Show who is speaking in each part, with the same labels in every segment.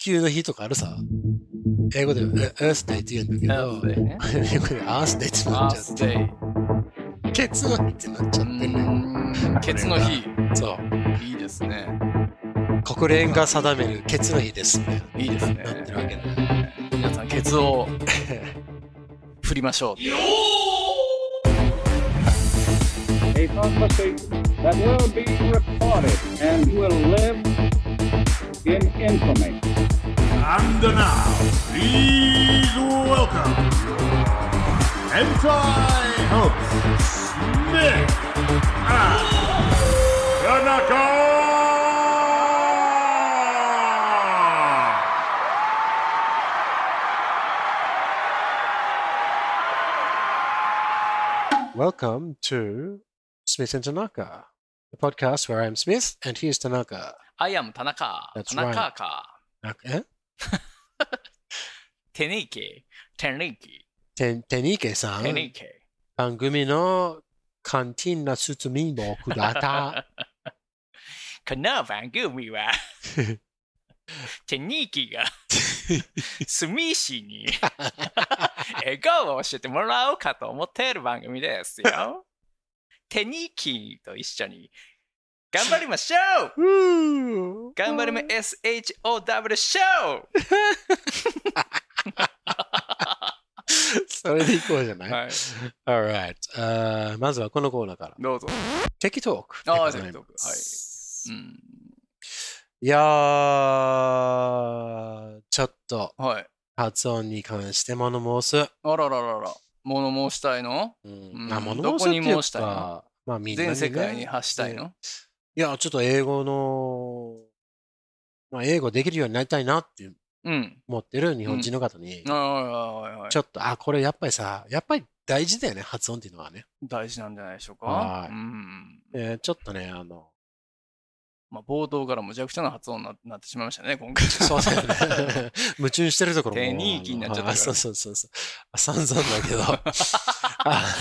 Speaker 1: 球の日とかあるさ。英語で Earth Day って言うんだけど、
Speaker 2: Earth Day ね
Speaker 1: 英語で Earth Day ってなっちゃっ
Speaker 2: ースデ
Speaker 1: て、
Speaker 2: イ。
Speaker 1: ケツの日ってなっちゃってね。
Speaker 2: ケツの日。
Speaker 1: そう。
Speaker 2: いいですね。
Speaker 1: 国連が定めるケツの日ですみたい
Speaker 2: いいですね
Speaker 1: なってるわけだ。
Speaker 2: 皆さん、ケツを 振りましょう。
Speaker 3: a prophecy that will be recorded and will live in infamy.
Speaker 4: And now, please welcome Hentai Hubs Smith and Tanaka.
Speaker 1: ね Welcome to Smith and Tanaka, the podcast where I'm Smith and he is Tanaka.
Speaker 2: I am 田中。
Speaker 1: That's
Speaker 2: 田中か。
Speaker 1: なんかえ
Speaker 2: テネイケ。テネイケ。
Speaker 1: てんてにけさ
Speaker 2: テネイ
Speaker 1: ん、
Speaker 2: ケ。
Speaker 1: 番組のカンティンな包みもくだた。
Speaker 2: この番組は、テニーキが、 スミーシーに、笑顔を教えてもらおうかと思っている番組ですよ。テニーキと一緒に、頑張りましょう
Speaker 1: うー
Speaker 2: 頑張りま SHOW ショ
Speaker 1: それでいこうじゃ
Speaker 2: ー
Speaker 1: ない、
Speaker 2: はい、
Speaker 1: ?Alright、あーまずはこのコーナーから。
Speaker 2: どうぞ。
Speaker 1: テキトークで
Speaker 2: あ
Speaker 1: ご
Speaker 2: あ、
Speaker 1: ざい
Speaker 2: 全
Speaker 1: ます。
Speaker 2: 然。はい。うん。
Speaker 1: いやー、ちょっと
Speaker 2: はい。
Speaker 1: 発音に関して物申す。
Speaker 2: あらららら。物申したいの
Speaker 1: うん
Speaker 2: うん
Speaker 1: まあ、物申
Speaker 2: どこ
Speaker 1: すって
Speaker 2: に
Speaker 1: いう
Speaker 2: 申したいの
Speaker 1: か、まあ、みんなにね
Speaker 2: 全世界に発したいの
Speaker 1: いや、ちょっと英語の、まあ、英語できるようになりたいなって
Speaker 2: うん。
Speaker 1: 思ってる日本人の方に、
Speaker 2: はいはいはいはい
Speaker 1: ち。ょっと、あ、これやっぱりさ、やっぱり大事だよね、発音っていうのはね。
Speaker 2: 大事なんじゃないでしょう
Speaker 1: は
Speaker 2: か
Speaker 1: い。
Speaker 2: うん。
Speaker 1: えーちょっとね、あの、
Speaker 2: まあ、冒頭からむちゃくちゃな発音にななってしまいましたね、今回。
Speaker 1: そうだよね。 矛盾してるところも。
Speaker 2: 手に息になっちゃったから
Speaker 1: あそうそうそうそう。あ散々だけ ど。あ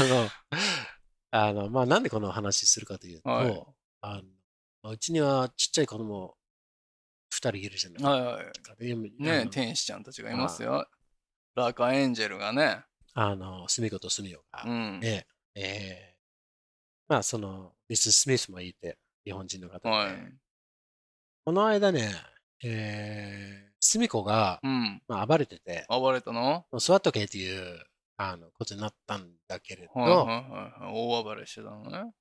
Speaker 1: の、あの、まあ、なんでこの話するかというと、
Speaker 2: はい
Speaker 1: あのまあうちにはちっちゃい子供二人いるじゃない
Speaker 2: はいはい。
Speaker 1: ですか。で
Speaker 2: ね
Speaker 1: あの
Speaker 2: 天使ちゃんたちがいますよ。ラカエンジェルがね。
Speaker 1: あの、すみことすみよが
Speaker 2: う。ん。
Speaker 1: ええええまあ、その、ミス・スミスもいて、日本人の方で。
Speaker 2: はい。
Speaker 1: この間ね、えー、すみこが、
Speaker 2: うん。
Speaker 1: まあ、暴れてて、
Speaker 2: 暴れたの
Speaker 1: もう座っとけっていうあのことになったんだけれど、
Speaker 2: はいはいはいはい。大暴れしてたのね。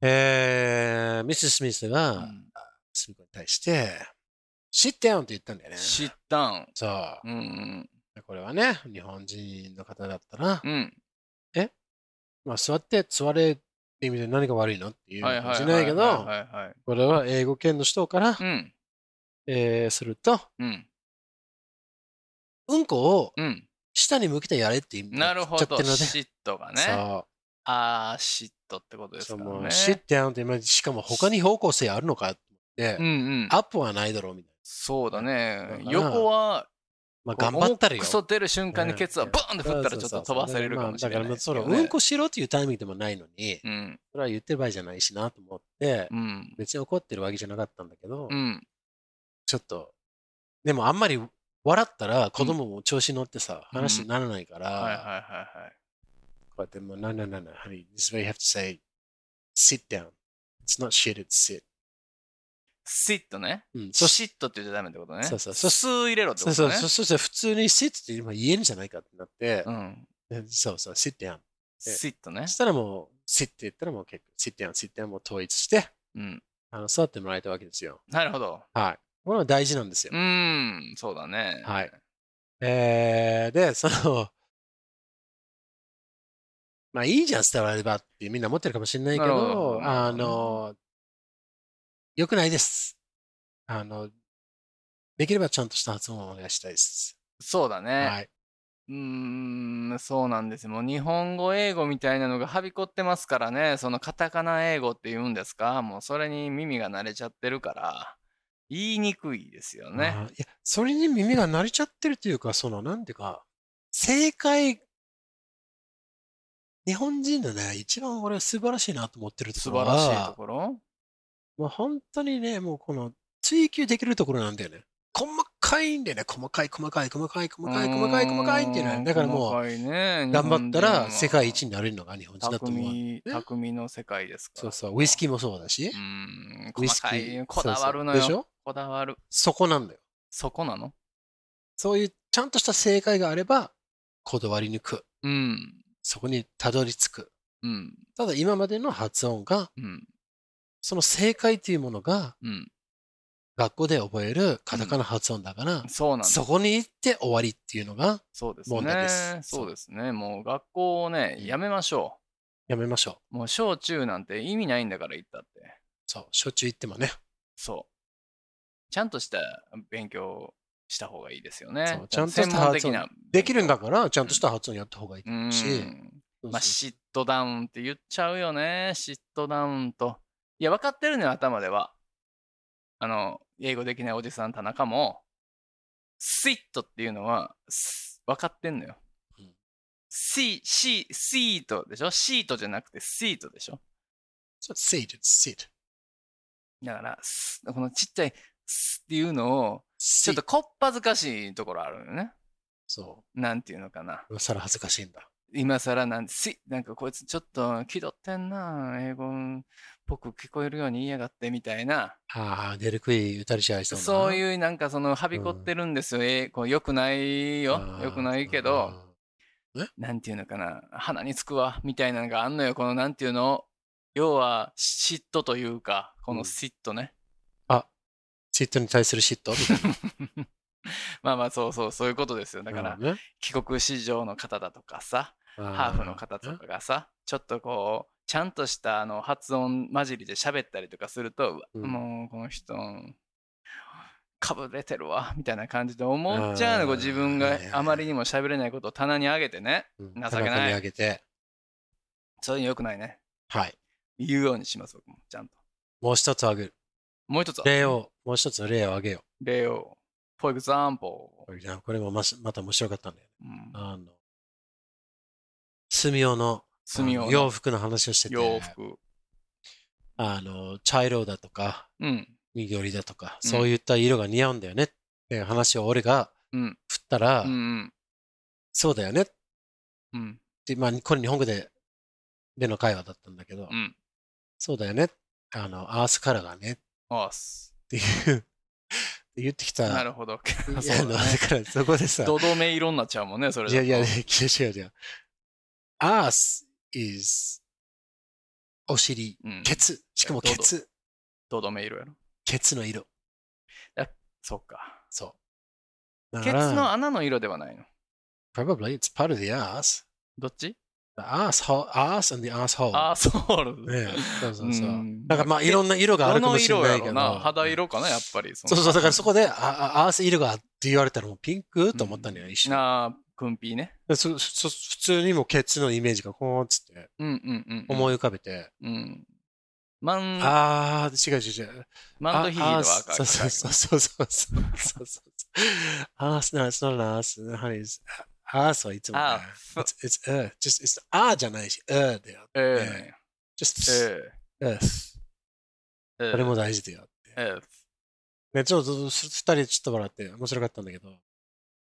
Speaker 1: えー、ミス・スミス
Speaker 2: う
Speaker 1: が
Speaker 2: ん。
Speaker 1: スミコに対して、シッ down って言ったんだよね。
Speaker 2: 知ったん。
Speaker 1: そ
Speaker 2: うんうん。
Speaker 1: う。これはね、日本人の方だったら、
Speaker 2: うん。
Speaker 1: まあ、座って座れって意味で何が悪いのっていう
Speaker 2: はい
Speaker 1: 感
Speaker 2: はい。
Speaker 1: じないけ
Speaker 2: は
Speaker 1: ど、
Speaker 2: いはいはい。
Speaker 1: これは英語圏の人から、
Speaker 2: うん。
Speaker 1: えー、すると、
Speaker 2: うん。
Speaker 1: うんこを
Speaker 2: うん。
Speaker 1: 下に向けてやれって意味に
Speaker 2: なる
Speaker 1: っ
Speaker 2: ほ
Speaker 1: ちゃって
Speaker 2: ど。
Speaker 1: るので、
Speaker 2: 嫉妬がね。
Speaker 1: そ
Speaker 2: ああ、嫉妬ってこと
Speaker 1: う。
Speaker 2: です
Speaker 1: そう
Speaker 2: から
Speaker 1: もう
Speaker 2: ね。
Speaker 1: シッ down って今、しかも他に方向性あるのかって思って、
Speaker 2: うんうん。
Speaker 1: アップはないだろうみたいな。
Speaker 2: そうだ
Speaker 1: だ
Speaker 2: ね
Speaker 1: か。ら
Speaker 2: 横は
Speaker 1: まあ、頑張ったらよ。
Speaker 2: クソ出る瞬間にケツは
Speaker 1: うん
Speaker 2: バーンって振ったらちょっと飛ばされるかもしれない
Speaker 1: そう
Speaker 2: で
Speaker 1: そ
Speaker 2: す
Speaker 1: うそう
Speaker 2: けど
Speaker 1: だ
Speaker 2: ね、
Speaker 1: からまあだからまあそのうんこしろっていうタイミングでもないのに、
Speaker 2: うん。
Speaker 1: それは言ってる場合じゃないしなと思って、
Speaker 2: うん。
Speaker 1: 別に怒ってるわけじゃなかったんだけど、
Speaker 2: うん。
Speaker 1: ちょっと、でもあんまり笑ったら子供も調子乗ってさ、
Speaker 2: うん
Speaker 1: 話にならないか
Speaker 2: はいはい
Speaker 1: ら、
Speaker 2: はいはい。
Speaker 1: こうやってもう、なななな、honey, this is where you have to say, sit down. It's not shit, it's sit.
Speaker 2: シッとね。
Speaker 1: うん、そ
Speaker 2: そ
Speaker 1: し
Speaker 2: シッとって言っちゃダメってことね。
Speaker 1: そうそうそう
Speaker 2: スー入れろって
Speaker 1: そ
Speaker 2: こ
Speaker 1: うそ
Speaker 2: と
Speaker 1: う
Speaker 2: ね。
Speaker 1: そうそしたら普通に sit って今言えるんじゃないかってなって
Speaker 2: う、ん。
Speaker 1: でそうそう、sit down.
Speaker 2: シッとね
Speaker 1: そ。したらもう、sit って言ったらもう結構、sit down, sit down もう統一して、
Speaker 2: うん。
Speaker 1: あの座ってもらえたわけですよ。
Speaker 2: なるほど。
Speaker 1: はい。これは大事なんですよ
Speaker 2: う。ん。そうだね。
Speaker 1: はい。えー、で、その、 まあいいじゃん、伝わればってみんな思ってるかもしれないけ
Speaker 2: なるほ
Speaker 1: ど、
Speaker 2: ど
Speaker 1: あの、良くないです。あの、できればちゃんとした発音をお願いしたいです。
Speaker 2: そうだ
Speaker 1: は
Speaker 2: ね。
Speaker 1: い。
Speaker 2: うーん。そうなんですよ。もう日本語、英語みたいなのがはびこってますからね。そのカタカナ英語って言うんですかもうそれに耳が慣れちゃってるから、言いにくいですよね。
Speaker 1: あーいや、それに耳が慣れちゃってるというか、その、なんていうか、正解、日本人のね、一番俺は素晴らしいなと思ってるとこ
Speaker 2: 素
Speaker 1: ろは
Speaker 2: 晴らしいところ
Speaker 1: もう本当にね、もうこの追求できるところなんだよね。細かいんだよね。細かい、細かい、細かい、細かい、細かい、細かいっていうのはねだからもう、
Speaker 2: 頑
Speaker 1: 頑張ったら世界一になれるのが日本人だと思う。
Speaker 2: 匠匠の世界ですから
Speaker 1: そうそう。ウイスキーもそうだし
Speaker 2: う。ん
Speaker 1: ウイス
Speaker 2: 細
Speaker 1: キ
Speaker 2: か
Speaker 1: ー
Speaker 2: い。こだわるの
Speaker 1: そうそうでし
Speaker 2: よ
Speaker 1: ょ
Speaker 2: こだわる
Speaker 1: そこなんだよ。
Speaker 2: そこなの
Speaker 1: そういうちゃんとした正解があれば、こだわり抜く。
Speaker 2: うん
Speaker 1: そこにたどり着く。
Speaker 2: うん
Speaker 1: ただ今までの発音が、
Speaker 2: うん
Speaker 1: その正解というものが
Speaker 2: うん
Speaker 1: 学校で覚えるカタカナ発音だから、
Speaker 2: そうなんだ
Speaker 1: そこに行って終わりっていうのが
Speaker 2: そうです
Speaker 1: 問題です
Speaker 2: ねそうですねもう学校をね
Speaker 1: うん
Speaker 2: やめましょ
Speaker 1: やめましょう。
Speaker 2: うもう小中なんて意味ないんだから言ったって
Speaker 1: そう、しょっちゅう行ってもね。
Speaker 2: そうちゃんとした勉強をした方がいいですよ
Speaker 1: そ
Speaker 2: ね
Speaker 1: うちゃんとした
Speaker 2: 専門的な
Speaker 1: できるんだから、ちゃんとした発音やった方がいいし。
Speaker 2: うん
Speaker 1: そう
Speaker 2: まあ、
Speaker 1: そ
Speaker 2: シットダウンって言っちゃうよね。シットダウンと。いや、分かってるのよ、頭では。あの、英語できないおじさん、田中も、スイットっていうのは、す分かってんのよ
Speaker 1: うん。
Speaker 2: シ、シ、シートでしょシートじゃなくて、スイートでしょ
Speaker 1: うそう sit, sit,
Speaker 2: だから、スこのちっちゃい、スっていうのを、ち
Speaker 1: sit.
Speaker 2: ょっとこっぱずかしいところあるよね。
Speaker 1: そ
Speaker 2: なんていうのかな。
Speaker 1: う、今更恥ずかしいんだ。
Speaker 2: 今更なんて、しなんかこいつちょっと気取ってんな、英語っぽく聞こえるように言いやがってみたいな、
Speaker 1: ああ、出る杭打たれちゃいそうな。
Speaker 2: そう
Speaker 1: う
Speaker 2: いうなんかそのはびこってるんですよ。えこうよくないよ、よくないけど、なんていうのかな、鼻につくわ、みたいなのがあんのよ、このなんていうの、要は嫉妬というか、こ
Speaker 1: うん
Speaker 2: の嫉妬ね。
Speaker 1: シットに対するシットみたいな。
Speaker 2: まあまあそうそう、そういうことですよ。だから、
Speaker 1: うんね、
Speaker 2: 帰国子女の方だとかさ、ハーフの方と
Speaker 1: ね
Speaker 2: かがさ、ちょっとこう、ちゃんとしたあの発音混じりで喋ったりとかすると、うわ
Speaker 1: うん
Speaker 2: もうこの人、かぶれてるわ、みたいな感じで思っちゃう
Speaker 1: あー
Speaker 2: の、こう自
Speaker 1: はい
Speaker 2: 分が
Speaker 1: はいはい
Speaker 2: あまりにも喋れないことを棚に上げてね、
Speaker 1: うん
Speaker 2: 情けない
Speaker 1: 田中にあげて、
Speaker 2: そういうのよくないね。
Speaker 1: はい。
Speaker 2: 言うようにします、僕も、ちゃんと。
Speaker 1: もう一つあげる。
Speaker 2: もう一つは、
Speaker 1: 例を、もう一つの例をあげよう。
Speaker 2: 例を。For example、
Speaker 1: これなこれもましまた面白かったんだよ。
Speaker 2: うん、
Speaker 1: あの、住用の
Speaker 2: 住み
Speaker 1: あ
Speaker 2: よ
Speaker 1: の
Speaker 2: う
Speaker 1: 洋
Speaker 2: の
Speaker 1: 服の話をしてて、
Speaker 2: 洋服。
Speaker 1: あの、茶色だとか、
Speaker 2: うん。
Speaker 1: 緑だとか、
Speaker 2: うん
Speaker 1: そういった色が似合うんだよねっていう話を俺が
Speaker 2: うん。
Speaker 1: 振ったら、
Speaker 2: うん。うん
Speaker 1: そうだよねっ
Speaker 2: うん。
Speaker 1: て、まあ、これ日本語で、での会話だったんだけど、
Speaker 2: うん。
Speaker 1: そうだよね。あの、アースカラーがねっ
Speaker 2: あっす。
Speaker 1: ていう って言ってきた。
Speaker 2: なるほど。 そう
Speaker 1: いやあ
Speaker 2: だ
Speaker 1: の
Speaker 2: ね
Speaker 1: だからそこでさ、
Speaker 2: どどめ色になっちゃうもんね、それ
Speaker 1: い
Speaker 2: だ
Speaker 1: や
Speaker 2: と
Speaker 1: いや、いや違う違う違う。アース is お尻、
Speaker 2: うん
Speaker 1: ケツ、しかも
Speaker 2: いや
Speaker 1: ケ
Speaker 2: どうぞ
Speaker 1: ツ、
Speaker 2: どどめ色やろ。
Speaker 1: ケツの色。
Speaker 2: そっか。
Speaker 1: そう。だ
Speaker 2: ケ
Speaker 1: か
Speaker 2: ツ
Speaker 1: ら
Speaker 2: の穴の色ではないの。
Speaker 1: probably it's part of the ass.
Speaker 2: どっち
Speaker 1: The asshole, ass and the asshole.
Speaker 2: アーソール。
Speaker 1: ねそうそうそうう。
Speaker 2: ん
Speaker 1: だからまあいろんな色があ
Speaker 2: ど
Speaker 1: るかも
Speaker 2: の
Speaker 1: しれ
Speaker 2: 色
Speaker 1: な
Speaker 2: や
Speaker 1: いけ
Speaker 2: ろ
Speaker 1: ど。
Speaker 2: な。肌色かな、やっぱり。そ
Speaker 1: そうそう、だからそこで、ああアース色がって言われたらもうピンクと思ったのよ、一瞬。
Speaker 2: こ。なあ、クンピーね。
Speaker 1: そそ普通にもケツのイメージがこうっつって
Speaker 2: うんうんうん。
Speaker 1: 思
Speaker 2: い。
Speaker 1: い浮かべて、
Speaker 2: うん。マン、
Speaker 1: あー、違う違う違う。
Speaker 2: マンとヒヒでは
Speaker 1: あ
Speaker 2: 赤い。
Speaker 1: そうそうそうそうそうそうそうそう。アースな、そのな、アース、ハリーズ。アースはいつもね。
Speaker 2: あ
Speaker 1: It's, it's earth. Just, it's, あーじゃないし、えーだよ。
Speaker 2: え
Speaker 1: just
Speaker 2: え。
Speaker 1: earth.
Speaker 2: ええ。
Speaker 1: これも大事だよ。
Speaker 2: え
Speaker 1: ね、ちょっとす二人でちょっと笑って面白かったんだけど、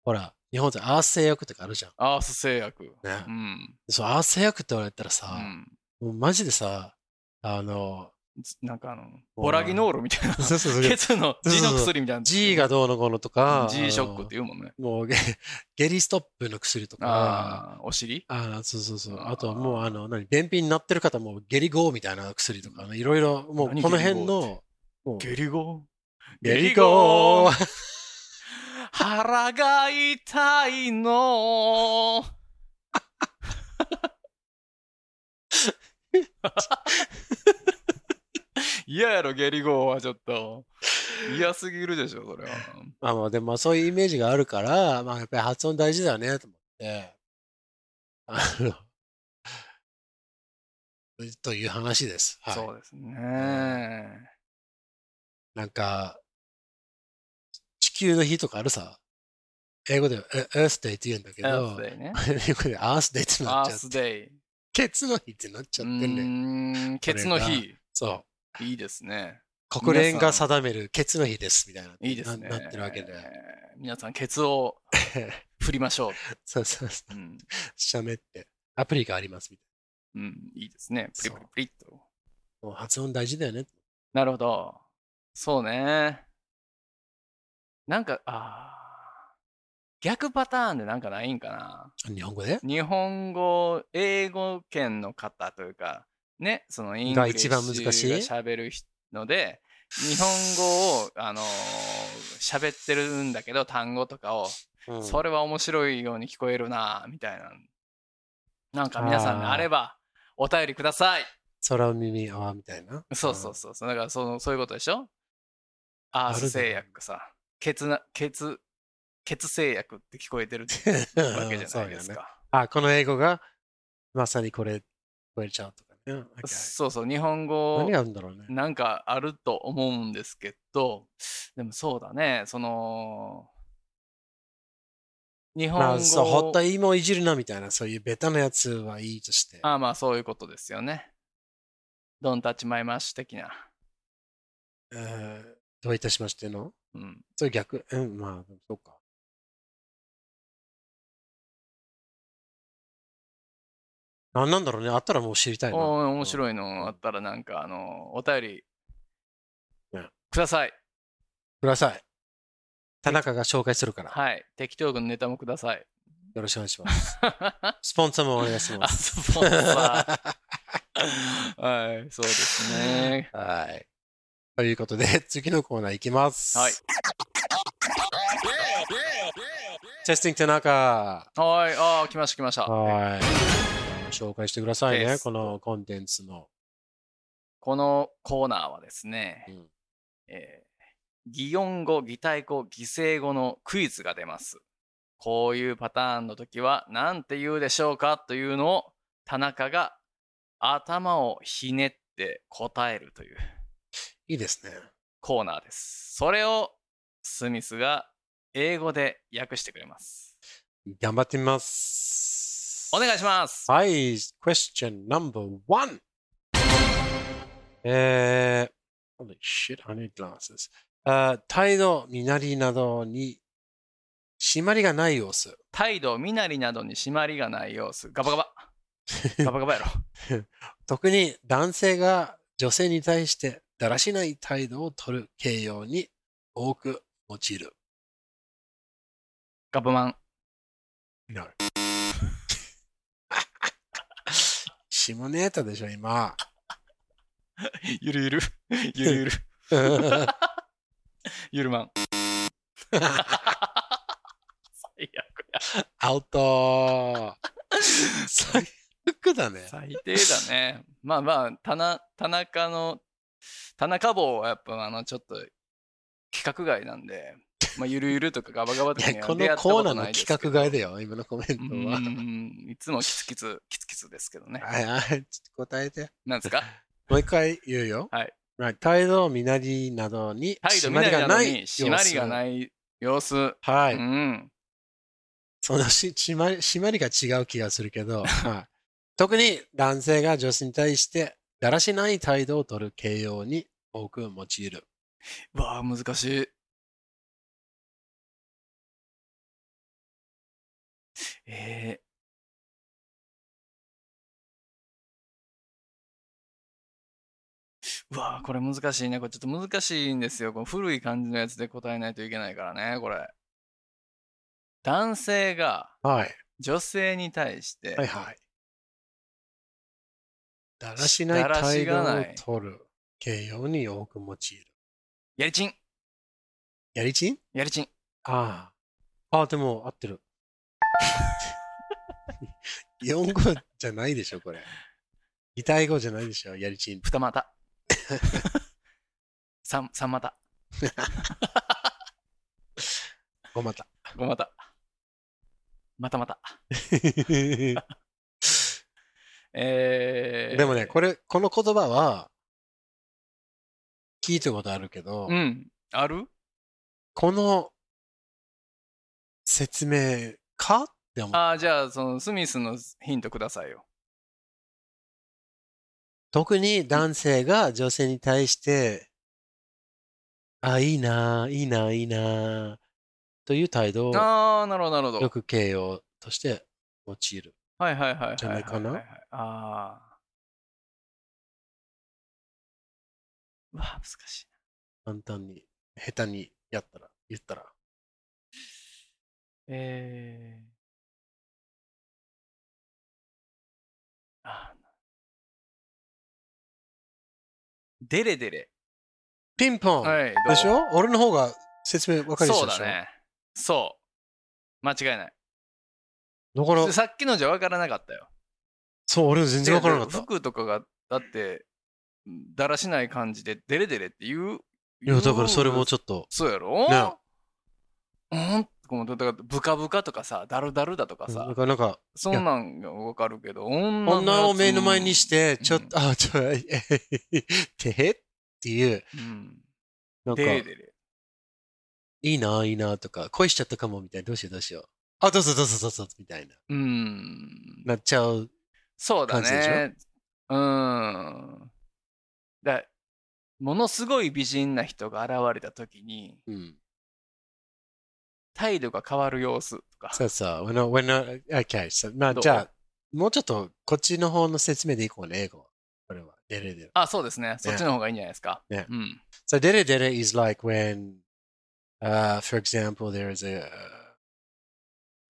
Speaker 1: ほら、日本ってアース製薬とかあるじゃん。
Speaker 2: アース製薬。
Speaker 1: ね
Speaker 2: うん。
Speaker 1: そう、アース製薬って言われたら
Speaker 2: う
Speaker 1: さ、
Speaker 2: ん
Speaker 1: もうマジでさ、あ の、
Speaker 2: ずなんかあの、ボラギノールみたいな。
Speaker 1: そうそうそう
Speaker 2: ケツの字の薬みたいな。
Speaker 1: G がどうのこうのとか、
Speaker 2: G ショックって言うもんね。
Speaker 1: あのもうゲ ゲリストップの薬とか、
Speaker 2: ああ、お尻
Speaker 1: あのそうそうそう。
Speaker 2: あー
Speaker 1: あとはもう、あの、何、便秘になってる方もゲリゴーみたいな薬とかね、いろいろ、もう
Speaker 2: 何
Speaker 1: この辺
Speaker 2: ゲリ
Speaker 1: の、もう
Speaker 2: ゲリゴ
Speaker 1: ゲリゴー
Speaker 2: 腹が痛いの。嫌やろ、ゲリゴーはちょっと。嫌すぎるでしょ、それは。
Speaker 1: まあまあ、でもまあそういうイメージがあるから、まあやっぱり発音大事だよね、と思って。あの、 という話です。はい。
Speaker 2: そうですね。
Speaker 1: なんか、地球の日とかあるさ。英語でえ Earth Day って言うんだけ
Speaker 2: アー
Speaker 1: ど
Speaker 2: ス、デイね。
Speaker 1: 英語で Earth Day ってな
Speaker 2: ア
Speaker 1: っちゃっ
Speaker 2: ー
Speaker 1: て
Speaker 2: ス、デイ。
Speaker 1: ケツの日ってなっちゃ
Speaker 2: う
Speaker 1: ってんね。
Speaker 2: ーん、ケツの日。
Speaker 1: そ
Speaker 2: いいですね。
Speaker 1: 国連が定めるケツの日です、みたいな。
Speaker 2: いいですね。
Speaker 1: ななってるわけで。
Speaker 2: 皆さん、ケツを振りましょ。
Speaker 1: そうそうそう
Speaker 2: うん、
Speaker 1: う。しゃべって。アプリがあります、みたい
Speaker 2: うん、いいですね。プリプリプリっと。
Speaker 1: な。もう発音大事だよね。
Speaker 2: なるほど。そうね。なんか、あー逆パターンでなんかないんかな。
Speaker 1: 日本語で
Speaker 2: 日本語、英語圏の方というか、ね、そのイング
Speaker 1: が
Speaker 2: リッ
Speaker 1: 一
Speaker 2: シュが
Speaker 1: 番難しい
Speaker 2: 喋る人ので、日本語を、あのー喋ってるんだけど、単語とかを、
Speaker 1: うん
Speaker 2: それは面白いように聞こえるな、みたいな。なんか皆さん
Speaker 1: あー
Speaker 2: あれば、お便りください。
Speaker 1: 空耳泡みたいな。
Speaker 2: そうそうそうそう。だからその、そういうことでしょアース製薬さ、ケツな、ケツ、ケツ製薬って聞こえて る
Speaker 1: うん。
Speaker 2: わけじゃ
Speaker 1: そ
Speaker 2: な
Speaker 1: う
Speaker 2: い
Speaker 1: よ
Speaker 2: です
Speaker 1: ね。
Speaker 2: か。
Speaker 1: あ、この英語がまさにこれ、聞こえちゃうとかね。OK
Speaker 2: そうそう、日本語
Speaker 1: 何があるんだろうね。
Speaker 2: なんかあると思うんですけど、でもそうだね、その、日本語
Speaker 1: まあ、そう、
Speaker 2: を
Speaker 1: ほったいもいじるなみたいな、そういうベタなやつはいいとして。
Speaker 2: ああまあそういうことですよね。ドンタッチマイマッシュ的な。
Speaker 1: えーどういたしましての
Speaker 2: うん。
Speaker 1: それ逆、うん、まあ、でもそうか。何なんだろうね。あったらもう知りたいな。
Speaker 2: おー面
Speaker 1: い。
Speaker 2: 白いのあったらなんかあの、お便り
Speaker 1: ね
Speaker 2: ください。
Speaker 1: ください。田中が紹介するから。
Speaker 2: はい。適当軍のネタもくだ さい。
Speaker 1: よろしくお願いします。スポンサーもお願いし
Speaker 2: あ、
Speaker 1: ます。
Speaker 2: スポンサー。はい、そうですね。
Speaker 1: はい。ということで、 次のコーナーいきます。
Speaker 2: はい。
Speaker 1: テスティング田中。
Speaker 2: はい、ああ、来ました来ました。
Speaker 1: はい。紹介してください
Speaker 2: で
Speaker 1: ね、
Speaker 2: す
Speaker 1: このコンテンツの。
Speaker 2: このコーナーはですね、
Speaker 1: うん
Speaker 2: えー擬音語、擬態語、擬声語のクイズが出ます。こういうパターンの時は何て言うでしょうかというのを田中が頭をひねって答えるという
Speaker 1: いいですね。
Speaker 2: コーナーです。それをスミスが英語で訳してくれます。
Speaker 1: 頑張ってみます。
Speaker 2: お願いします。
Speaker 1: はい、question number one. えー、holy shit, I need glasses. あー態度、身なりなどに締まりがない様子。
Speaker 2: 態度、身なりなどに締まりがない様子。ガバガ バ。ガバガバやろ。
Speaker 1: 特に男性が女性に対してだらしない態度を取る形容に多く用いる。
Speaker 2: ガ バマン。
Speaker 1: No. 下ネタでしょ、 今。
Speaker 2: ゆるゆる。 ゆるゆる。ゆるまん。最悪や。
Speaker 1: アウト最悪だね。
Speaker 2: 最低だね。まあまあ、田な田中の、田中坊はやっぱあの、ちょっと、規格外なんで、まあ、ゆるゆるとかガバガバとか
Speaker 1: い
Speaker 2: に
Speaker 1: や
Speaker 2: は
Speaker 1: この
Speaker 2: 出会った
Speaker 1: コ
Speaker 2: こ
Speaker 1: ーナ
Speaker 2: と
Speaker 1: ーの
Speaker 2: ないで
Speaker 1: 企
Speaker 2: すけど
Speaker 1: 画外だよ、今のコメン
Speaker 2: う
Speaker 1: トは。
Speaker 2: んいつもキツキツ、キツキツですけどね。
Speaker 1: はいはい、ちょっと答えて。
Speaker 2: なんですか
Speaker 1: もう一回言うよ。
Speaker 2: はい
Speaker 1: はい。態度、身なりなどに、
Speaker 2: 態度見ないなのに、締
Speaker 1: 締
Speaker 2: ま
Speaker 1: ま
Speaker 2: り
Speaker 1: り
Speaker 2: が
Speaker 1: がない様子。
Speaker 2: ない様子。
Speaker 1: は
Speaker 2: う
Speaker 1: い。
Speaker 2: ん。
Speaker 1: そのし 締まり、締まりが違う気がするけ ど、はい。特に男性が女性に対して、だらしない態度を取る形容に多く用いる。
Speaker 2: わあ、難しい。えー。うわあ、これ難しいね。これちょっと難しいんですよ。この古い感じのやつで答えないといけないからね、これ。男性が
Speaker 1: はい。
Speaker 2: 女性に対して、
Speaker 1: はいはい。だらしない態度を取る形容に多く用いる。
Speaker 2: やりちん
Speaker 1: やりちん
Speaker 2: やりちん
Speaker 1: ああ。ああ、でも合って る。日本語じゃないでしょ、これ。擬態語じゃないでしょ、やりちん。
Speaker 2: 二股 三三股
Speaker 1: ご また。
Speaker 2: 五股またまた
Speaker 1: で
Speaker 2: えー、
Speaker 1: もね、これ、この言葉は、聞いたことあるけど、
Speaker 2: うんある
Speaker 1: この説明かって思う。
Speaker 2: あーじゃあそのスミスのヒントくださいよ
Speaker 1: 特に男性が女性に対してあ、いいなあ、いいなあ、いいなあ、という態度を
Speaker 2: ああ、なるほど、なるほ
Speaker 1: よ
Speaker 2: ど。
Speaker 1: く形容として用いる。
Speaker 2: はいはいはいはいはいはい。
Speaker 1: じゃないかな
Speaker 2: ああー。うわ、難しい。
Speaker 1: 簡単に、下手にやったら、言ったら。
Speaker 2: えー、あーデレデレ。
Speaker 1: ピンポン、
Speaker 2: はい。どう
Speaker 1: でしょ俺の方が説明分かりやす
Speaker 2: そ
Speaker 1: いうでしょ
Speaker 2: だね。そう。間違いない。
Speaker 1: だから、
Speaker 2: さっきのじゃ分からなかったよ。
Speaker 1: そう、俺全然分からなかった。
Speaker 2: 服とかが、だって、だらしない感じで、デレデレって言う。
Speaker 1: いや、だからそれもちょっと、
Speaker 2: そうやろ
Speaker 1: ね
Speaker 2: うんこのだからブカブカとかさ、ダルダルだとか
Speaker 1: うん
Speaker 2: さ、
Speaker 1: だからなんか、
Speaker 2: そんなんがわかるけど、女のやつ
Speaker 1: 女を目の前にして、ちょっと、あ、ちょ、えへへてへっていう、
Speaker 2: うん、
Speaker 1: なんか、
Speaker 2: デレデレ。
Speaker 1: いいな、いいなとか、恋しちゃったかもみたいな、どうしようどうしよう。あ、どうぞどうぞどうぞみたいな、
Speaker 2: うん。
Speaker 1: なっちゃう。
Speaker 2: そうだ
Speaker 1: 感じ
Speaker 2: ね。うん。だものすごい美人な人が現れた時に、
Speaker 1: うん。
Speaker 2: 態度が変わる様子とか。
Speaker 1: そうそう、when I, when I, okay, so, まあ、
Speaker 2: どう
Speaker 1: じゃあ、もうちょっと、こっちの方の説明でいこうね、英語は。これは、デレデレ。
Speaker 2: あ、そうですね。そっちの方がいいんじゃないですか。
Speaker 1: ね
Speaker 2: うん。
Speaker 1: So, デレデレ is like when, uh, for example, there is a,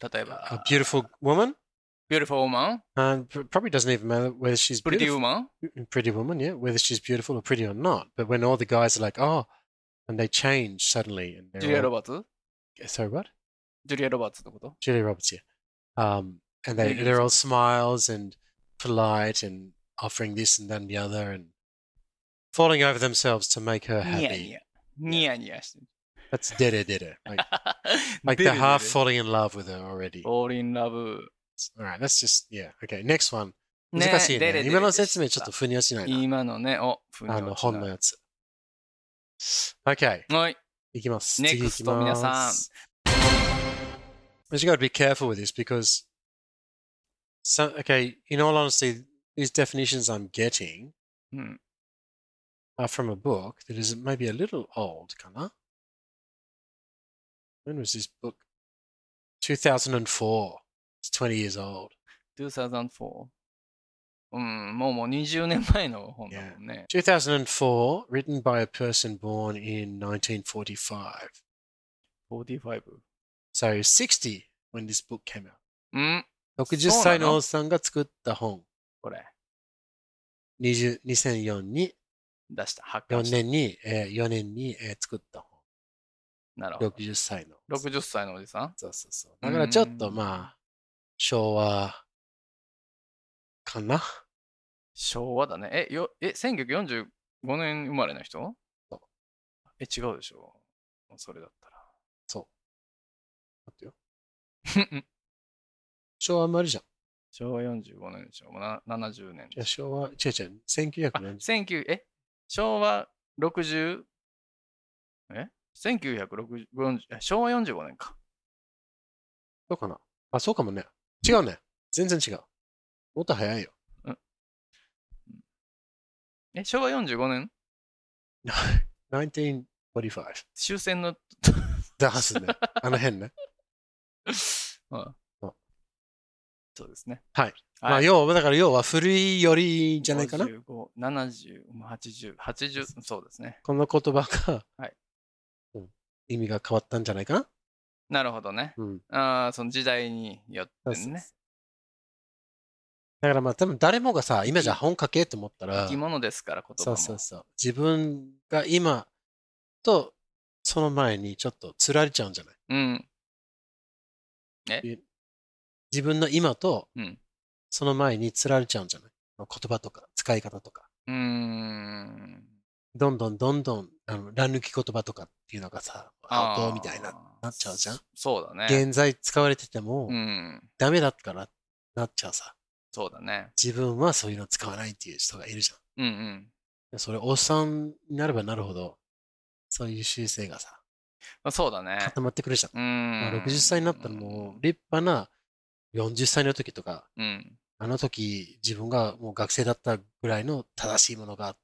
Speaker 2: 例え
Speaker 1: a
Speaker 2: ば、
Speaker 1: beautiful woman,
Speaker 2: beautiful woman,
Speaker 1: and probably doesn't even matter whether she's
Speaker 2: pretty
Speaker 1: beautiful.
Speaker 2: woman.
Speaker 1: Mm, pretty woman, yeah, whether she's beautiful or pretty or not. But when all the guys are like, oh, and they change suddenly, and
Speaker 2: ジュリア・
Speaker 1: they're all, eh,
Speaker 2: ロバーツ
Speaker 1: sorry, what?
Speaker 2: ジュリア・ロバーツってこと
Speaker 1: Julia Roberts, yeah. Um, and they
Speaker 2: Yeah,
Speaker 1: they're all smiles and polite and offering this and then the other and falling over themselves to make her
Speaker 2: ニヤ
Speaker 1: happy.
Speaker 2: ニヤ。ニヤニヤしてる。
Speaker 1: That's dere dere. Like, like
Speaker 2: デレ
Speaker 1: they're
Speaker 2: デレ
Speaker 1: half falling in love with her already.
Speaker 2: All in love.
Speaker 1: All right, that's just yeah. Okay, next one.
Speaker 2: ね
Speaker 1: 難しい
Speaker 2: デレ
Speaker 1: ね。
Speaker 2: デレ
Speaker 1: 今の説明ちょっと腑に落ちないな。
Speaker 2: 今のね、お、ふ
Speaker 1: あの本のやつ。Okay.
Speaker 2: はい。
Speaker 1: いきます。
Speaker 2: Next
Speaker 1: 次いきます
Speaker 2: 皆さん。
Speaker 1: But you got to be careful with this because, so, okay, in all honesty, these definitions I'm getting
Speaker 2: うん。
Speaker 1: are from a book that is maybe a little old, Kana. When was this book? 2004. It's 20 years old.
Speaker 2: 2004。うん、もうもう20年前の本だもんね。
Speaker 1: 2004, written by a person born in 1945.
Speaker 2: 45。
Speaker 1: So 60 when this book came out.
Speaker 2: うん、
Speaker 1: 60歳のおっさんが作った本。
Speaker 2: これ、
Speaker 1: 20 2004に、
Speaker 2: 出した、発
Speaker 1: 4
Speaker 2: 刊した。
Speaker 1: 年に、えー、4年に、えー作った
Speaker 2: なるほ
Speaker 1: 本。
Speaker 2: ど。
Speaker 1: 60歳の。
Speaker 2: 60歳のおじさん
Speaker 1: そうそうそう。だからちょっと
Speaker 2: うん
Speaker 1: まあ、昭和かな
Speaker 2: 昭和だね。え、よえ1945年生まれの人
Speaker 1: そう
Speaker 2: え、違うでしょそれだったら。
Speaker 1: 待ってよ昭和生まれじゃん。
Speaker 2: 昭和45年でしょもうな ?70 年
Speaker 1: じゃ
Speaker 2: で
Speaker 1: あ
Speaker 2: し
Speaker 1: 昭和、違う違う、
Speaker 2: ょ。あ、
Speaker 1: 1970
Speaker 2: 19、え昭和60、え ?1960、え昭和45年か。
Speaker 1: そうかなあ、そうかもね。違うね。全然違う。もっと早いよ。
Speaker 2: え、昭和45年
Speaker 1: 1945。
Speaker 2: 終戦の、
Speaker 1: ダー スね。あの辺ね。
Speaker 2: うん
Speaker 1: そう
Speaker 2: そうですね。はい
Speaker 1: まあ、要は、だから要は古いよりじゃないかな。
Speaker 2: 55、70、80、80、そうですね。
Speaker 1: この言葉が、
Speaker 2: はい
Speaker 1: うん意味が変わったんじゃないかな。
Speaker 2: なるほどね。
Speaker 1: うん
Speaker 2: ああ、その時代によ
Speaker 1: そ
Speaker 2: っ
Speaker 1: う
Speaker 2: て
Speaker 1: そう
Speaker 2: ね
Speaker 1: そ。だからまあ多分誰もがさ、今じゃ本書けって思った
Speaker 2: 生
Speaker 1: ら、
Speaker 2: き物ですから、言葉
Speaker 1: そう
Speaker 2: も。
Speaker 1: そうそう。自分が今とその前にちょっと釣られちゃうんじゃない
Speaker 2: うん。
Speaker 1: 自分の今と
Speaker 2: うん
Speaker 1: その前に釣られちゃうんじゃない言葉とか使い方とか。
Speaker 2: うーん。
Speaker 1: どんどんどんどん、あの、乱抜き言葉とかっていうのがさ、アウトみたいな、
Speaker 2: あー
Speaker 1: なっちゃうじゃん
Speaker 2: そそうだね。
Speaker 1: 現在使われてても
Speaker 2: うん。
Speaker 1: ダメだからなっちゃうさ。
Speaker 2: そうだね。
Speaker 1: 自分はそういうの使わないっていう人がいるじゃん。
Speaker 2: うんうん。
Speaker 1: でそれ、おっさんになればなるほど、そういう習性がさ、
Speaker 2: まあそうだね。
Speaker 1: 固まってくるじゃん。
Speaker 2: うーん。
Speaker 1: まあ、60歳になったらもう立派な40歳の時とか、
Speaker 2: う。うん。
Speaker 1: あの時自分がもう学生だったぐらいの正しいものが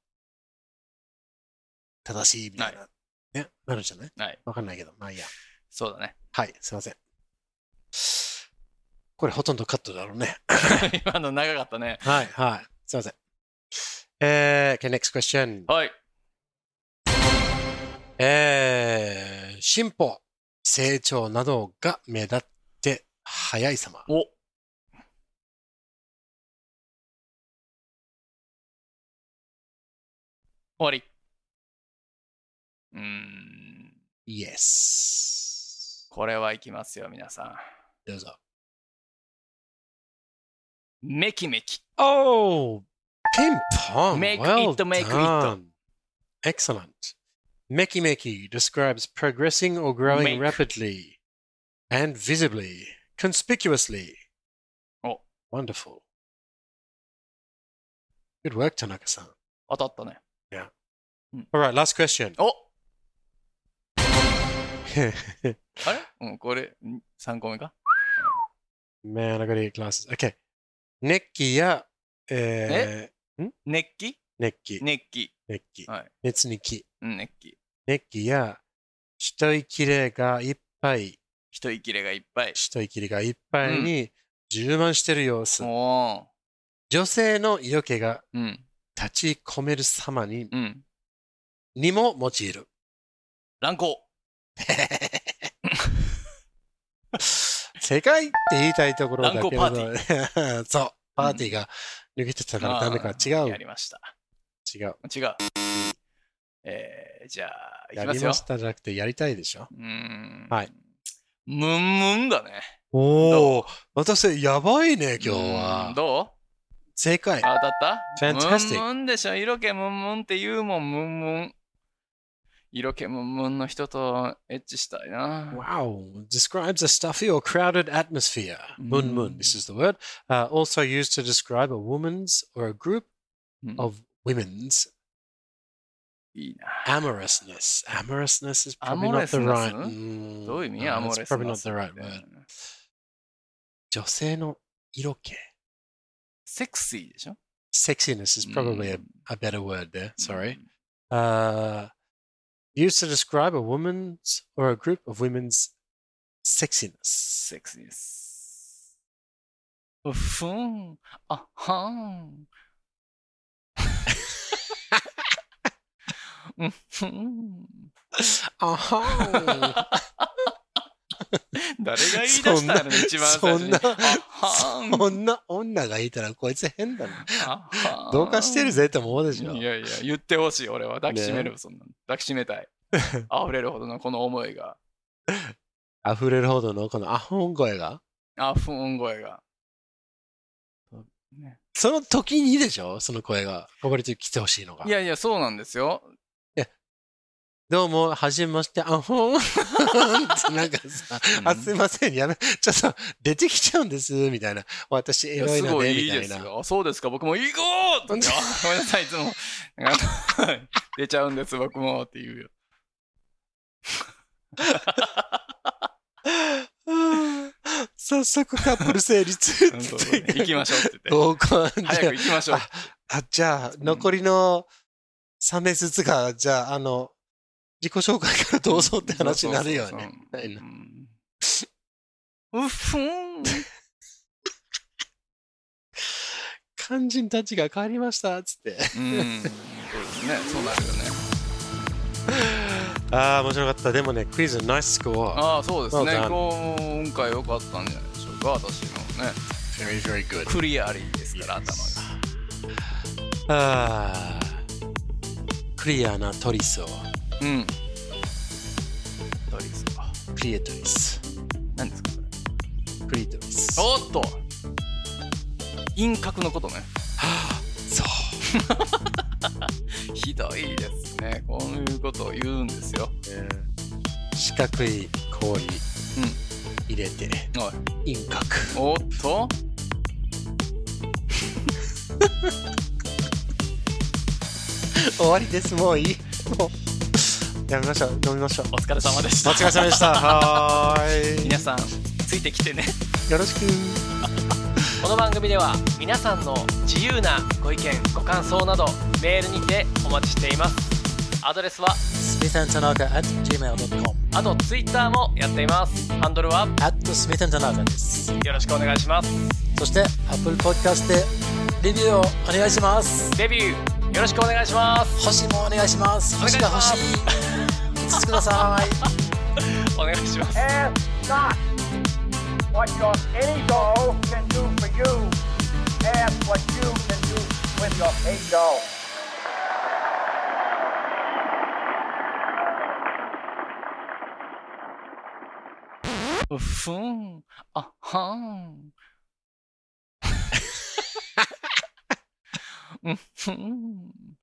Speaker 1: 正しいみたいな、ね、なるんじゃない
Speaker 2: はい。
Speaker 1: わかんないけど、まあいいや。
Speaker 2: そうだね。
Speaker 1: はい、すいません。これほとんどカットだろうね。
Speaker 2: 今の長かったね。
Speaker 1: はい、はい。すいません。えー、okay, next question.
Speaker 2: はい。
Speaker 1: えー、進歩、成長などが目立って早い様。
Speaker 2: お終わり。うーん。
Speaker 1: Yes.
Speaker 2: これはいきますよ、皆さ
Speaker 1: どうぞ。
Speaker 2: ん。メキメキ。
Speaker 1: Oh, ping pong.
Speaker 2: Make
Speaker 1: well
Speaker 2: it, make it.
Speaker 1: done. Excellent. Meki Meki describes progressing or growing
Speaker 2: Make.
Speaker 1: rapidly and visibly, conspicuously.
Speaker 2: Oh.
Speaker 1: wonderful. Good work, Tanaka san.
Speaker 2: 当たったね。
Speaker 1: All right, last question.
Speaker 2: お Oh. あれうん、これ、3個目か
Speaker 1: Man, I gotta get glasses. Okay. Neki ya. Eh,
Speaker 2: 熱気
Speaker 1: Neki.
Speaker 2: 熱気。
Speaker 1: Neki.
Speaker 2: はい。
Speaker 1: Netsuniki.
Speaker 2: うん、熱気。
Speaker 1: Neki ya. 一息霊がいっぱい、
Speaker 2: 一息れがいっぱい。
Speaker 1: 一息霊がいっぱいに充満してる様子。
Speaker 2: おー。
Speaker 1: 女性の色気が
Speaker 2: うん、
Speaker 1: 立ち込める様に
Speaker 2: うん。
Speaker 1: にも用いる。
Speaker 2: 乱行。
Speaker 1: 世界って言いたいところだけれど、
Speaker 2: 乱交
Speaker 1: そう、パーティーが抜けてたからダメか。違
Speaker 2: あー
Speaker 1: う
Speaker 2: や、りました。
Speaker 1: 違う。
Speaker 2: 違う。えー、じゃあ、い
Speaker 1: や
Speaker 2: きま
Speaker 1: り
Speaker 2: すよ
Speaker 1: ま。したじゃなくて、やりたいでしょ。
Speaker 2: うーん。
Speaker 1: はい。
Speaker 2: ムンムンだね。
Speaker 1: おお、私、やばいね、今日
Speaker 2: うん
Speaker 1: は。
Speaker 2: どう
Speaker 1: 正解。
Speaker 2: あ当たった
Speaker 1: Fantastic
Speaker 2: ムンムンでしょ。色気ムンムンって言うもん、ムンムン。色気ムンムンの人とエッチしたいな。
Speaker 1: Wow, describes a stuffy or crowded atmosphere. Mun mun,
Speaker 2: Mm.
Speaker 1: this is the word. Uh, also used to describe a woman's or a group
Speaker 2: うん
Speaker 1: of women's
Speaker 2: いいな。
Speaker 1: amorousness. Amorousness is probably not the right.
Speaker 2: アモレスネス？
Speaker 1: Mm,
Speaker 2: どういう意味、
Speaker 1: no,
Speaker 2: アモ
Speaker 1: it's
Speaker 2: レス
Speaker 1: probably
Speaker 2: ナ
Speaker 1: not
Speaker 2: ス
Speaker 1: the right
Speaker 2: って
Speaker 1: word. 女性の色気。
Speaker 2: セクシーでしょ
Speaker 1: Sexiness is probably a,
Speaker 2: うん
Speaker 1: a better word there. Sorry. Uh, used to describe a woman's or a group of women's sexiness.
Speaker 2: セクシーです。うっふん、あはん。うんふん
Speaker 1: Uh-huh.
Speaker 2: 誰が言い出したの一番最
Speaker 1: そ
Speaker 2: 初に。
Speaker 1: んな
Speaker 2: あはん
Speaker 1: そんな女がいたらこいつ変だな。
Speaker 2: あはん
Speaker 1: どうかしてるぜって思うでしょ。
Speaker 2: いやいや、言ってほしい、俺は。抱きしめる、そんなの。抱きしめ たい。溢れるほどのこの思いが。
Speaker 1: 溢れるほどのこのアホン声が。
Speaker 2: あふん声が。ね
Speaker 1: その時にでしょその声が。ここに来てほしいのが
Speaker 2: い。やいや、そうなんですよ。
Speaker 1: どうも、はじめまして、アホン ってなんかさ、
Speaker 2: うん
Speaker 1: あ、すいません、やめ、ちょっと出てきちゃうんです、みたいな。私、エ
Speaker 2: いや
Speaker 1: ロい
Speaker 2: す
Speaker 1: な
Speaker 2: ご
Speaker 1: ね、
Speaker 2: いい
Speaker 1: み
Speaker 2: い
Speaker 1: た
Speaker 2: で
Speaker 1: い
Speaker 2: す
Speaker 1: な。
Speaker 2: よ。あそうですか、僕も行こうって言ってあごめんなさい、いつも。なんか出ちゃうんです、僕もって言うよ。
Speaker 1: 早速カップル成立
Speaker 2: うんそうそう行きましょうって言っ
Speaker 1: 合
Speaker 2: て。
Speaker 1: コンじゃ
Speaker 2: 早く行きましょう。
Speaker 1: あ、じゃあ、残りの3名ずつが、じゃあ、あの、自己紹介からどうぞって話になるよね。
Speaker 2: そうそう
Speaker 1: みたいな
Speaker 2: そううんうっふん。
Speaker 1: 肝心たちが変わりました、つっ て。
Speaker 2: うん。そうですね、そうなるよね。
Speaker 1: ああ、面白かった。でもね、クイズ、ナイススコア。
Speaker 2: ああ、そうですね
Speaker 1: Well done.。
Speaker 2: 今回良かったんじゃないでしょうか、私のね。
Speaker 1: Very, very good.
Speaker 2: クリアリーですから、頭が。
Speaker 1: あークリアなトリスを。
Speaker 2: うん。どうですか
Speaker 1: クリエトリス。
Speaker 2: 何ですかそれ
Speaker 1: クリトリス。
Speaker 2: おっと輪郭のことね
Speaker 1: そう。
Speaker 2: ひどいですねこういうことを言うんですよ
Speaker 1: 四角い氷、入れて、
Speaker 2: おい
Speaker 1: 輪郭。
Speaker 2: おっと
Speaker 1: 終わりです、もういい。もう。やめましょう、 飲みましょう。
Speaker 2: お疲れ様でし
Speaker 1: お
Speaker 2: た
Speaker 1: 疲れ様でした。はーい。
Speaker 2: 皆さんついてきてね
Speaker 1: よろしく。
Speaker 2: この番組では皆さんの自由なご意見ご感想などメールにてお待ちしていますアドレスは
Speaker 1: スペ
Speaker 5: smithandtanaka at gmail.com
Speaker 2: あと、ツイッターもやっています。ハンドルは
Speaker 5: at smithandtanaka です。
Speaker 2: よろしくお願いします。
Speaker 5: そして、Apple Podcast でレビューをお願いします。
Speaker 2: デビュー、よろしくお願いします。
Speaker 5: 星もお願いします。
Speaker 2: お願い
Speaker 5: 星
Speaker 2: し
Speaker 5: が
Speaker 2: ま
Speaker 5: 欲
Speaker 2: す
Speaker 5: しい。5つください。
Speaker 2: お願いします。
Speaker 6: Ask not what your ego can do for you. Ask what you can do with your ego.
Speaker 2: Of fun. Uh huh. Mhm.